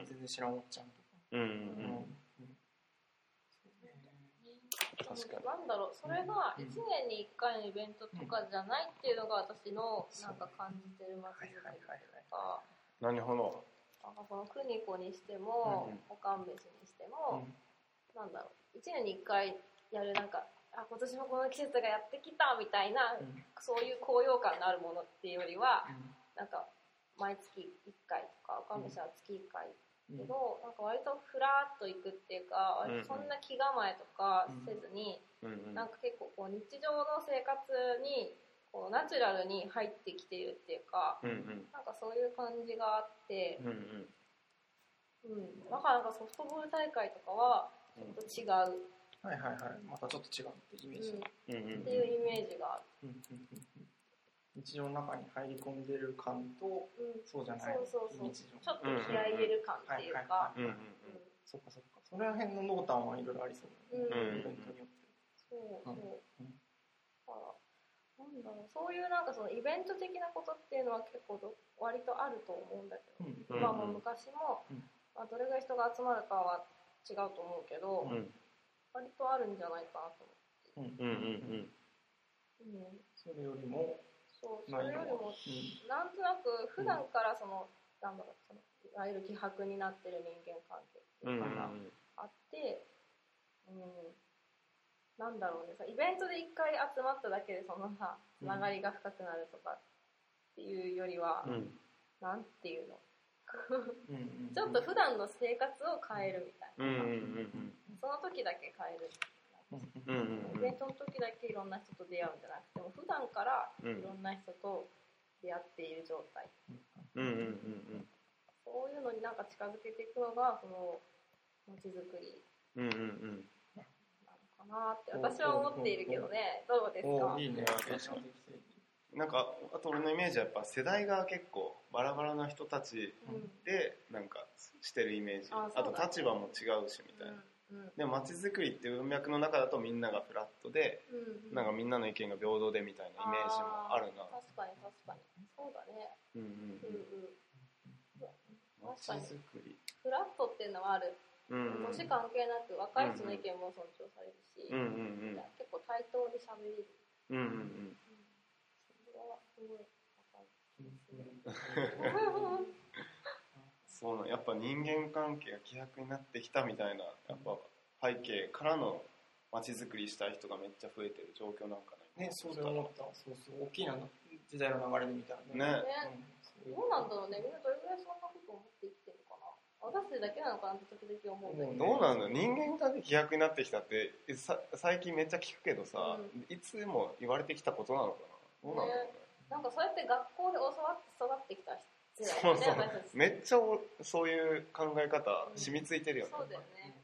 うん
全然知らんおっちゃんとか、
うんうん
うん
うん
うんそうね
確かに
なんだろうそれが1年に1回のイベントとかじゃないっていうのが私のなんか感じてる街づくりとか
なるほど
なんかこのクニコにしても
うん
おかんべしにしてもなんだろう1年に1回やるなんかあ今年もこの季節がやってきたみたいな
うんうん
そういう高揚感のあるものっていうよりはなんか毎月1回とかおかんべしは月1回
うん
けど、なんか割とふらっと行くっていうか、
うんうん
割とそんな気構えとかせずに、
うんうん
なんか結構こう日常の生活にこうナチュラルに入ってきているっていうか、
うんうん
なんかそういう感じがあって、
うんうん
うん、だからなんかソフトボール大会とかはちょっと違う、
はいはいはいまたちょっと違うってイメージ、
うん
うんうん
っていうイメージがあ
うん
る。
うんうんうん日常の中に入り込んでる感と
うん
そうじゃない
そうそうそう
日常
ちょっと気合い入れる感っていうか、
うんうんうん
うん
そっかそっかその辺の濃淡はいろいろありそうだね
うん
イベントによって
そうそう。だ
うん
から、なんだろう、そういうなんかそのイベント的なことっていうのは結構ど割とあると思うんだけど、
うん
うん
今も昔も、
うん
まあ、どれぐらい人が集まるかは違うと思うけど、
うん
割とあるんじゃないかなと
うん
うんうん
思う。うん、
それよりも、
そう、そ
ない
れ
のは
よりも、
う
なんとなく普段からその、なんだろう、そのいわゆる希薄になってる人間関係って
う
い
ん
うかな。あって、うん、なんだろうねさイベントで一回集まっただけでそのさつながりが深くなるとかっていうよりは、
うん
なんていうの
んうん
ちょっと普段の生活を変えるみたい
うんうんうん
な、その時だけ変える、
うんうん
イベントの時だけいろんな人と出会うんじゃなくても普段から
うんうん
いろんな人と出会っている状態、
うんうんうん
そういうのになんか近づけていくのがその街づくり
うんうんうん
なのかなって私は思っているけどねどうですか
おいいね
確かになんかあと俺のイメージはやっぱ世代が結構バラバラな人たち
うん
でなんかしてるイメージ
あ
あ
そう
と
だ
立場も違うしみたいな
うんうん
でも街づくりっていう文脈の中だとみんながフラットで
うん
なんかみんなの意見が平等でみたいなイメージもあるな
ー確かに確かにそうだね
うんうん
うん
うん
うん
街づくり
フラットっていうのはある
うんうん
年関係なく若い人の意見も尊重されるし、
うんうん
結構対等に喋れる
うんうんうん
それはすごいわかる
そうなんやっぱ人間関係が希薄になってきたみたいなやっぱ背景からの街づくりしたい人がめっちゃ増えてる状況なんかね
ね、そうで思った。そうそう、大きな時代の流れで見たらね。
ね
ねどうなんだろうねみんなどれぐらいそんなこと思って生きてるかな私たちだけなのかなって時々思うんだ
どう
けど
なんだろう人間関係希薄になってきたってえさ最近めっちゃ聞くけどさ、いつも言われてきたことなのかなどうなんだろうね
なんかそうやって学校で教わって育ってきた人
そうそう
だよ
めっちゃおそういう
ね私たち
考え方染みついてるよね
そうだよね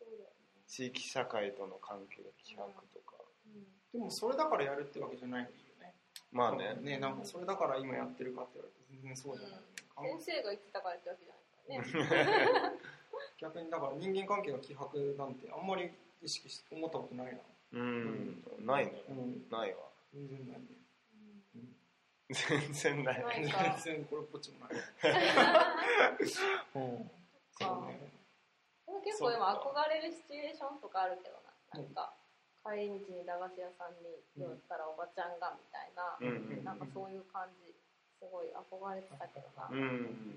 そうだよね
地域社会との関係が希薄とか、
うん
でもそれだからやるってわけじゃないよね。
まあね
ね、なんかそれだから今やってるかって言われて全然そうじゃない。
先生が言ってたからってわけじゃないからね。
逆にだから人間関係が希薄なんてあんまり意識して思ったことないな。
うん、ないね
うん、
ないわ
全然ないね。
全然ない
ない
全
か。
然これっぽっちもない。うん、そうね。
でも結構今憧れるシチュエーションとかあるけどな。なんか、帰り道に駄菓子屋さんに寄ったらおばちゃんがみたいな、
うん
なんかそういう感じ、すごい憧れてたけどな。
うんう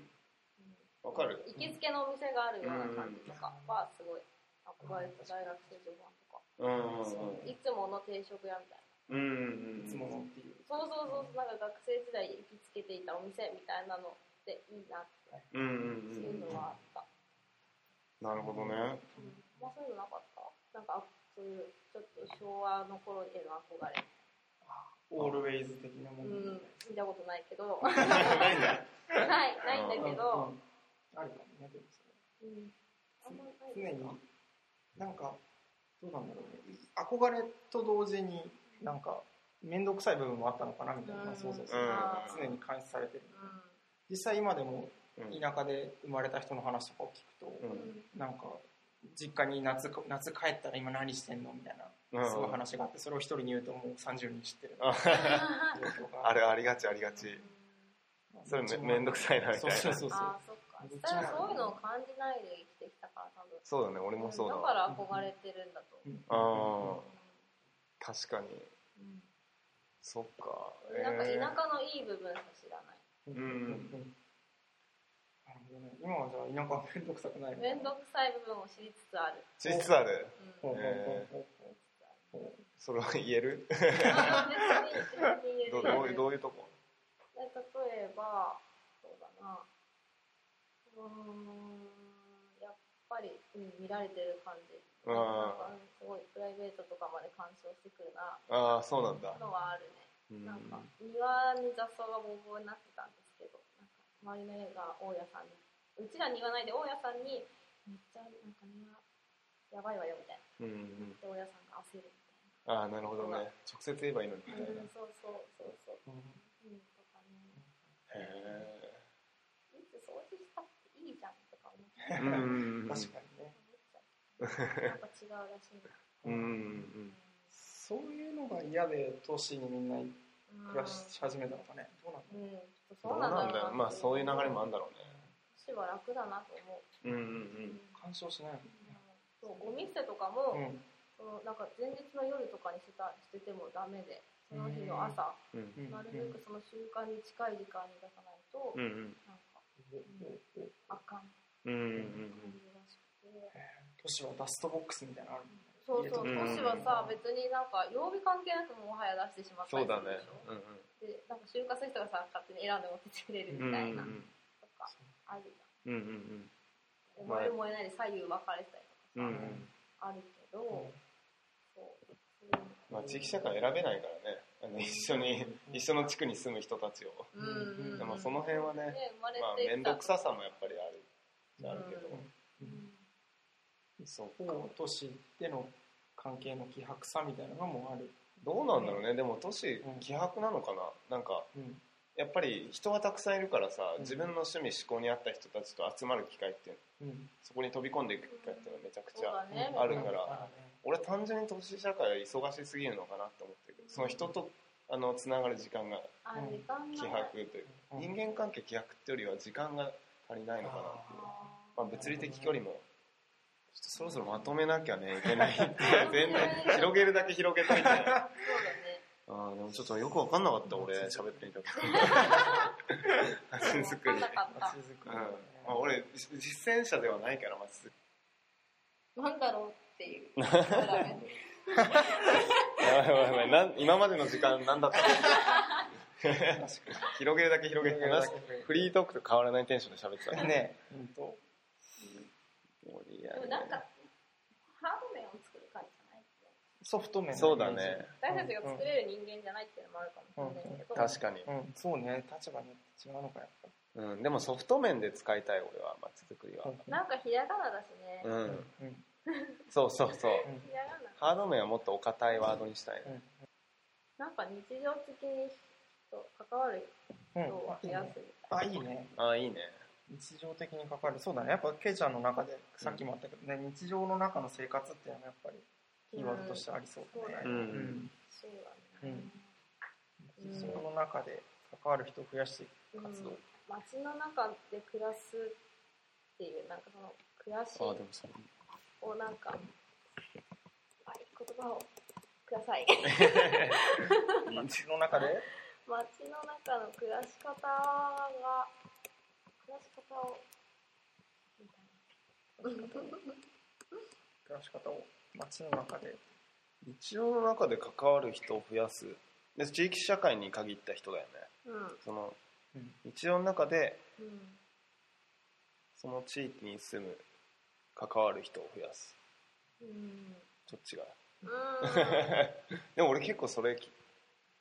ん
うん
わかる
行きつけのお店があるような感じとかはすごい憧れてた大学生でもあっ
うん
いつもの定食屋みたい
う
な。
んう
い
ん
つものっていう。
そうそうそう、なんか学生時代行きつけていたお店みたいなのっていいなって、
うんうん
そういうのはあった。
なるほどね
まあそういうのなかった。なんか、そういう、ちょっと昭和の頃への憧れ。
オールウェイズ的なも
う
の。
ん、見たことないけ ど。
ないんだ
ない、ないんだけ
う
ど、
んあるかもね、でもそれ
うん。あんまない
常
で
に
すか。
なんかどうなんだろうね憧れと同時になんか面倒くさい部分もあったのかなみたいな想像する
あー
常に監視されてる
うん
実際今でも
うん
田舎で生まれた人の話とかを聞くと、
うん
なんか実家に夏か夏帰ったら今何してんのみたいな、
うん
すごい話があってそれを一人に言うともう30人知ってる
あ
状況が
あるありがちありがちそれめめんどくさいなみたいな
そうそうそうそう
ああ、そっか。実際はそういうのを感じないで生きてきたから、多分。
そうだね俺もそうだ
だ
わ
から憧れてるんだと。
うん
ああ確かに
うん
そっか
なんか田
えー
舎のいい部分しか知らない。
うん
うん
なるほどね今はじゃあ田舎は面倒くさくない
めんどくさい部分を知りつつある。
知りつつある
うん
ほうほうほうほう
それは言える
あ別に別に言え
ど
る
どういうどういうとこ
例えば、そうだな。うーん、やっぱり、うん、見られてる感じ。
うん
なんかすごいプライベートとかまで干渉してくるな、
ああそうなんだ
のはある
うん
ね。なんか、庭に雑草がボーボーになってたんですけど、なんか、周りの家が大家さんに、うちらに言わないで大家さんに、めっちゃ、なんか庭、やばいわよ、みた
う
いな。
んうん
で、大家さんが焦るみた
あ
いな。
あなるほどね直接言えばいいのにみたいな
うん、そうそうそうそう。うん、とか
へ
ね。いつ掃除したっていいじゃんとか思っちゃう。
えうんうんうん
確かにね
やっぱ違うらしいな。
うんうん
そういうのが嫌で都市にみんな暮らし始めたのかね。どうなんだ
うん、
どうなんだよまあそういう流れもあるんだろうね
市は楽だなと思
う
う。
んうん
干渉しないのね。
そうゴミ捨てとか
う
も、
ん。
そのなんか前日の夜とかにしてたしててもダメで、その日の朝、
うんうん
なるべくその習慣に近い時間に出さないと、
うんうん
なんかあか
う
ん
んうん
感じらしくて。
都市はダストボックスみたいなのあるもんね。
そうそう、
うん
都市はさ、別になんか曜日関係なくもはや出してしまった
そ
り
う
す
だ
る
ね
でしょ。
うん
で、なんか就活の人がさ、勝手に選んで持ってきてくれる
うん
みたいな
う、ん
とか、あるじ
うんうん
ゃん。
まあ
燃える燃えないで左右分かれてたり
うんうんう
とか
ん
さ、あるけど、そう。
まあ地域社会選べないからねあの一緒に一緒の地区に住む人たちを
うんうんうん
まあその辺はね
ね、生まれ
まあ
て
面倒くささもやっぱりあるあるけど
うん
そう
ほぼ都市での関係の希薄さみたいなのもある。
どうなんだろうねでも都市希薄なのかななんか
うん。
やっぱり人がたくさんいるからさ
うん
自分の趣味思考に合った人たちと集まる機会って
うん。
そこに飛び込んでいく機会っていうのはめちゃく
そう
ちゃ
だね。
あるから俺は単純に都市社会は忙しすぎるのかなって思ってるけどその人とあのつながる時間が
あ、時間
希
がない。
薄という
うん
人間関係希薄ってよりは時間が足りないのかなっていう
あ
まあ、物理的距離もちょっとそろそろまとめなきゃねいけないって 全然広げるだけ広げといて あ
ーそうだね。
ーでもちょっとよく分かんなかった俺喋ってみた まちづくり、うん
分かんなかっ
街づくり
まあ、俺実践者ではないからまちづく
た。なんだろうっていう。選べ
りやばいやばいやばいなん 今までの時間何だったの広げるだけ広げて話すフリートークと変わらないテンションで喋ってたね
ねえ、ほんと。
盛り上が
で
る
もなんか、ハード面を作る感じじゃないっていう
ソフト面の
そうだね
私たちが作れる人間じゃないっていうのもあるかもしれないけど。
確かに
イ、メージ。うん、そうね。立場によって違うのか、やっぱ
うん、でもソフト面で使いたい俺はまちづくりは
り。
なんかひらがなだしね。
う
うんん。うん。
そうそうそう
ひらがな。
ハード面はもっとお堅いワードにしたいね
なんか日常的に人、関わる
うん
人を増やすみた
あ、
いな。
いいね。
ああいいね
日常的にかかる。そうだね。やっぱ、ケイちゃんの中で、さっきもあったけどね、日常の中の生活っていうのはやっぱり、キーワードとしてありそうだね。
うん
そうだ
う
ね
ん。その中で関わる人を増やしていく活動。
街の中で暮らすっていう、なんかその、暮らし
ああでも そう
をなんか、あ、いい言葉をください。
街の中で、
街の中の暮らし方が、暮らし方を、みたいな。
暮らし方を、街の中で
日常の中で関わる人を増やすで地域社会に限った人だよね
うん
その
うん
日常の中で
うん
その地域に住む関わる人を増やす
うん
そっち が
うん
でも俺結構それき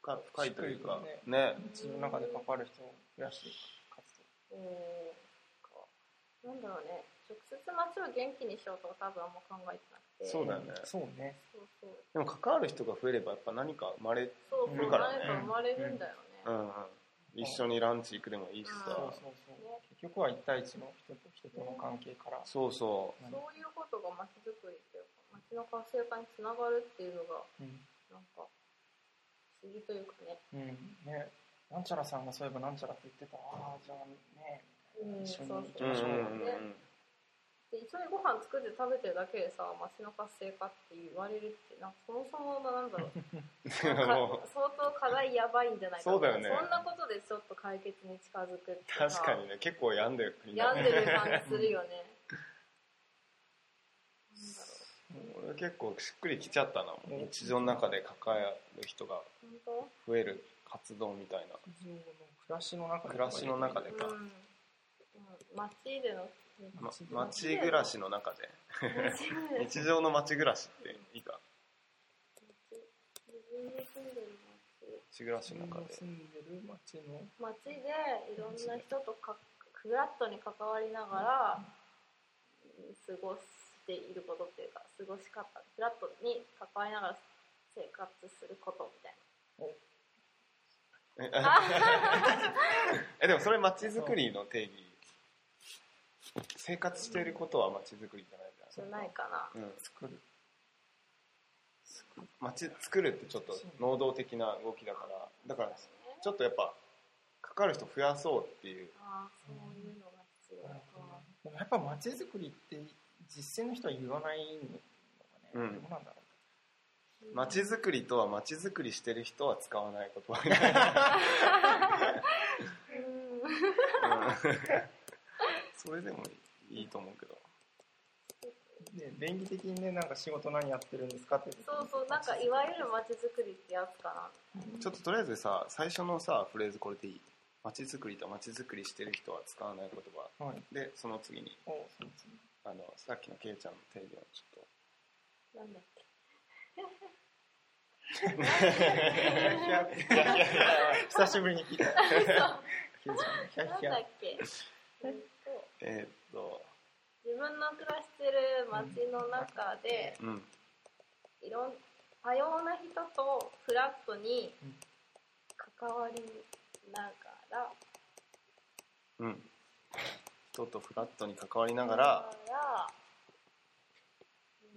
深深いというかね
自分の中で関わる人を増やす活動
えーなんだろうね直接街を元気にしようとは多分あんま考えてなくて
そうだよね
そうね
そうそう
でも関わる人が増えればやっぱ何か生まれ
そう
うん
そう、
だから
何
ね
か生まれるんだよ
う
ね。
んうん一緒にランチ行くでもいいし
そう
さ
そうそう結局は一対一の人と人との関係から
そうそ
うん
そういうことが街づくりっていうか、街の活性化につながるっていうのが、
うん、
なんか、不思議というかね。
うん、ねなんちゃらさんがそういえばなんちゃらって言ってたああじゃあね
うん、
一緒に
そう
うう
そ
ん
う
う
行きま
ん
しょ
うん
ねで一緒にご飯作って食べてるだけでさ、街の活性化って言われるって、なんかそもそものなんだ ろう、
うんも
か相当課題やばいんじゃないか
そうだよね
そんなことでちょっと解決に近づくっていう
う 確かにね結構病んでるみんな
病んでる感じするよね。なんだろう。
俺結構しっくりきちゃったな日常の中で関わる人が
本当
増える活動みたいな
日常の暮らしの中で
暮らしの中で
う
か、
んうん、街での
ま、町暮らしの中で
街での自分に
日常の町暮らしっていいか
住んでる
町暮らし
自
の
分が
中で
住んでる町の
街街でいろんな人とかフラットに関わりながら過ごしていることっていうか過ごし方フラットに関わりながら生活することみたい
え
なあ
えでもそれ町づくりの定義生活していることは町づくりじゃないじ
じゃないかな
ゃん、うん、
作る
町作るってちょっと能動的な動きだからだからちょっとやっぱかかる人増やそうっていう
あーそういうのが必要か
でもやっぱ町づくりって実践の人は言わないのがね、
うん
どうなんだろ
町づくりとは町づくりしてる人は使わない言葉に
うん
それでもいいと思うけど
うで便宜的にねなんか仕事何やってるんですかって
そうそうなんかいわゆる街づくりってやつかな
ちょっととりあえずさ最初のさフレーズこれでいい町づくりと町づくりしてる人は使わない言葉
はい
でその次に
おそうですね
あのさっきのケイちゃんの定義をち ょっ
なんだっけ
久しぶりに聞いたヒューちゃん
なん
ヒャッヒャ
だっけえっと
とえー、っと
自分の暮らしてる街の中で
うん
いろん多様な人とフラットに
うん
関わりながら
うん人とフラットに関わりながら
だからうん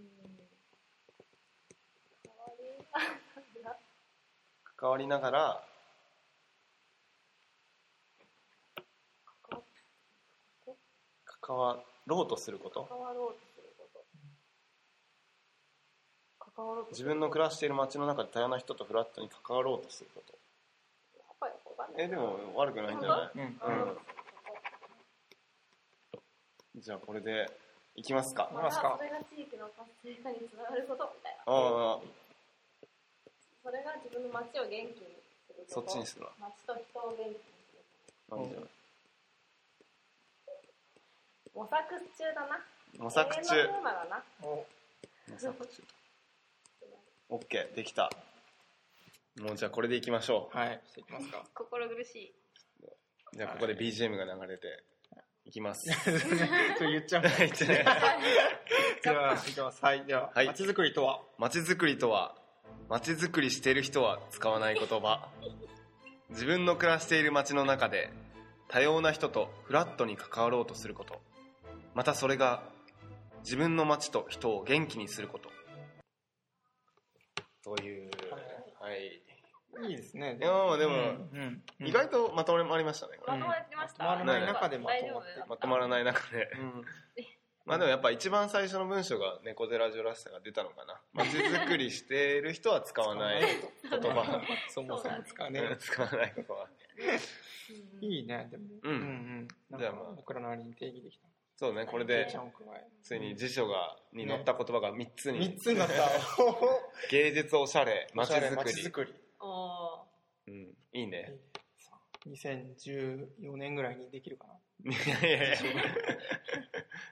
関わり ながら
関わりながら関
関わ
わろうとすること
関わろうとすること関わろうとす
自
る
分の暮らしている街の中で多様な人とフラットに関わろうとすること
やっぱりわかんない
えでも悪くないんじゃない
うん
関わろうとすること
じゃあこれでいきますか
いきますか
それが地域の活性化につながることみたいな
ああ
それが自分の街を元気にする
そ
こ
っ
と
ちにする
街と人を元気にする
ななんじゃない
模索中だな
模索中
永遠のテーマだな
お
模索中 OK できたもうじゃあこれでいきましょ
はいしていきますか
心苦しいう
じゃあここで BGM が流れてい きます
それ言っちゃう
言ってない
じゃあいきますはいでは
はい
町づくりとは
街づくりとは街づくりしている人は使わない言葉自分の暮らしている街の中で多様な人とフラットに関わろうとすることまたそれが自分の街と人を元気にすることというはい
いいですね
いやーでも、
うんうん
意外とまとまりましたねこれ
まとまってきました、
まとま
らない
中でまとまって
まとまら
い
ない中で
うん
まあでもやっぱ一番最初の文章が「猫背ラジオらしさ」が出たのかな街づくりしている人は使わない言葉
そもそも使うね
ね使わない言葉
いいねでも
うん
うんうん
じ
じ
ゃ
ゃ
あまあ
僕らなりに定義できた
そうねこれで
ちゃんを加え
ついに辞書がに載った言葉が3つに、
3つになった
芸術おしゃれ
お
ま
し
ち
ゃれ
づくり
街づくり
お
うん、いいね
2014年ぐらいにできるかない
やいやいや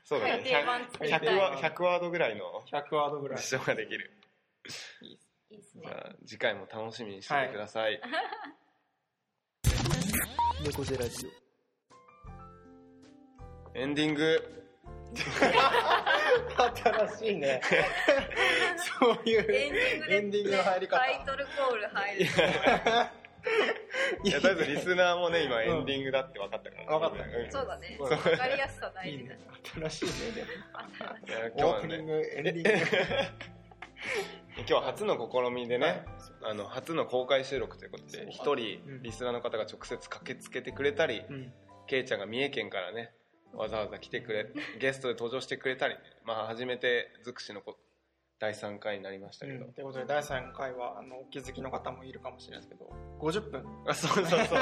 そうだね
定番作りたい
100, ワ100ワードぐらいの
100ワードぐらい
辞書ができる
ーいいっす
じ
ね
ゃ。あ次回も楽しみにしててください、
猫背ラジオ
エンディング
新しいね そう
エン
いう
ディングで
エンディングの入り方
タイトルコール入る。
いやとりあえずリスナーもね今
うん
エンディングだって分かったから、
分かったね
ん
そうだね。
そう
わかりやすさ大
いい
事だ
ね。新しいねで
いや今日
もオー
は
プニン
ね
グエンディング
今日は初の試みでね、
はい
あの初の公開収録ということ
そう
で一人
うん
リスナーの方が直接駆けつけてくれたり、
うん
けいちゃんが三重県からねわざわざ来てくれゲストで登場してくれたり、まあ初めて尽くしのこ第3回になりましたけど、
うんということで第3回はあのお気づきの方もいるかもしれないですけど50分
あそうそうそ うそう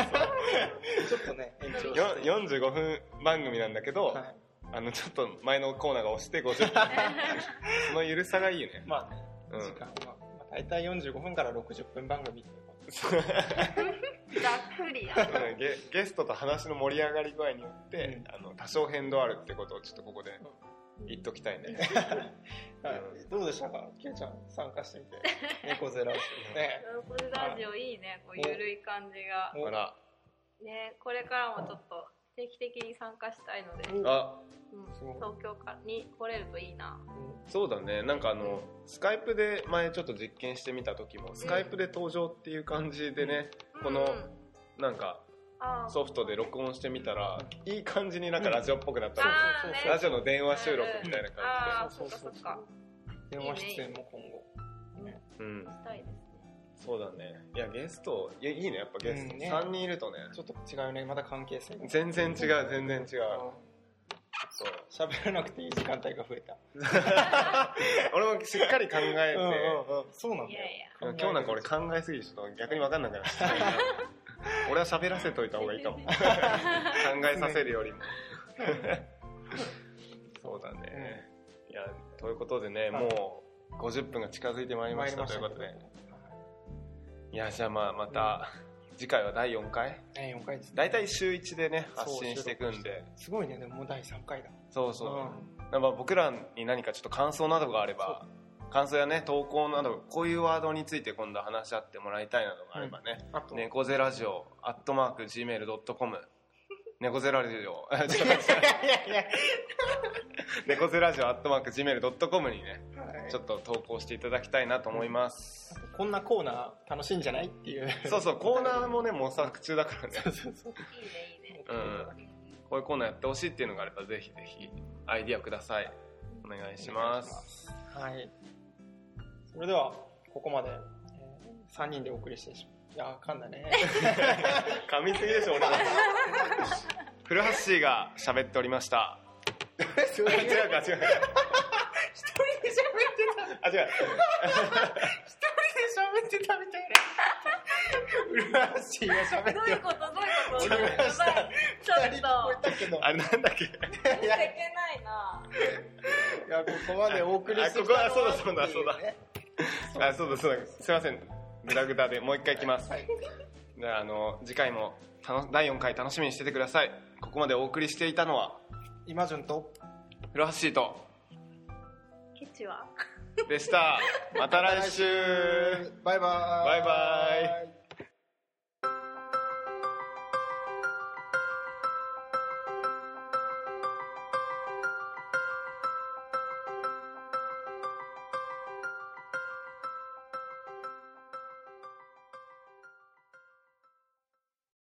ちょっとね延長
よ
して
45分番組なんだけど、
はい
あのちょっと前のコーナーが押して50分 その緩さがいいよね、
まあね
うん
時間は、まあ、大体45分から60分番組っていうことで
そう
ざっくり や。は
ゲゲストと話の盛り上がり具合によって、あの多少変動あるってことをちょっとここで言っときたいね。
はいどうでしたかケイちゃん参加してみて 猫ゼラジオね
これラジオいいね。こうゆるい感じが。
ほら、
ね、これからもちょっと定期的に参加したいので、
あ、
すご
う
い
ん、東京からに来れるといいな。
そうだね。なんかあのスカイプで前ちょっと実験してみた時も、スカイプで登場っていう感じでね、この
うん
なんか
あー
ソフトで録音してみたら、いい感じになんかラジオっぽくなったの。
あーね
ラジオの電話収録みたいな感
あーそっかそっか。
電話出演も今後ね
じで。うん、
したいですね。
そうだね。いやゲスト、いやいいねやっぱゲス
う
ト。
んね
三人いるとね、
ちょっと違うねまた関係性も
全然違う全然違う。そう。
喋らなくていい時間帯が増えた
俺もしっかり考えて、
そうなん
い
だよ
やいや。
今日なんか俺考えすぎてちょっと逆に分かんなくなっ ちゃった俺は喋らせといた方が いいかも考えさせるよりも そうだね、いやということでね、
はい
もう50分が近づいてまいりましたということでいやじゃあまあまた、次回は第4回
え4回ですね
大体週1でね
そう
発信していくんです
ごいねでももう第3回だ
そうそう、
うん
なんか僕らに何かちょっと感想などがあれば感想やね投稿などこういうワードについて今度話し合ってもらいたいなどがあればね、
あと
猫背ラジオアットマーク Gmail.com 猫背ラジオ あ違う違う猫背ラジオアットマーク Gmail.com にね
はい
ちょっと投稿していただきたいなと思います、
こんなコーナー楽しいんじゃないっていう
そうそうコーナーもね模索中だからね
そうそうそう
いいねいいね。
うんこういうコーナーやってほしいっていうのがあればぜひぜひアイディアくださいお願いします
はいそれではここまで3人でお送りしてしまういやあかんだね
噛みすぎでしょ俺は古橋氏が喋っておりま した
それ
違
は
うか違うか
一人で喋ってた
あ
一
違う
人で喋ってたみたいな。うらしいが喋
ど
っ
うい
て
うことどういうこと
喋りました
ちょっと、
二人聞こえたけど。
あれなんだっけ
申し訳ないな。
いや、ここまでお送りしてきたのは
あここはそうだそうだ
っていね
あそうだそうだすいませんグダグダでもう一回いきます、
はい
じゃああの次回も楽し第4回楽しみにしててくださいここまでお送りしていたのは
今順と、
古橋シート
ケチは
でしたまた来週
バイバーイ。
バイバ
イ。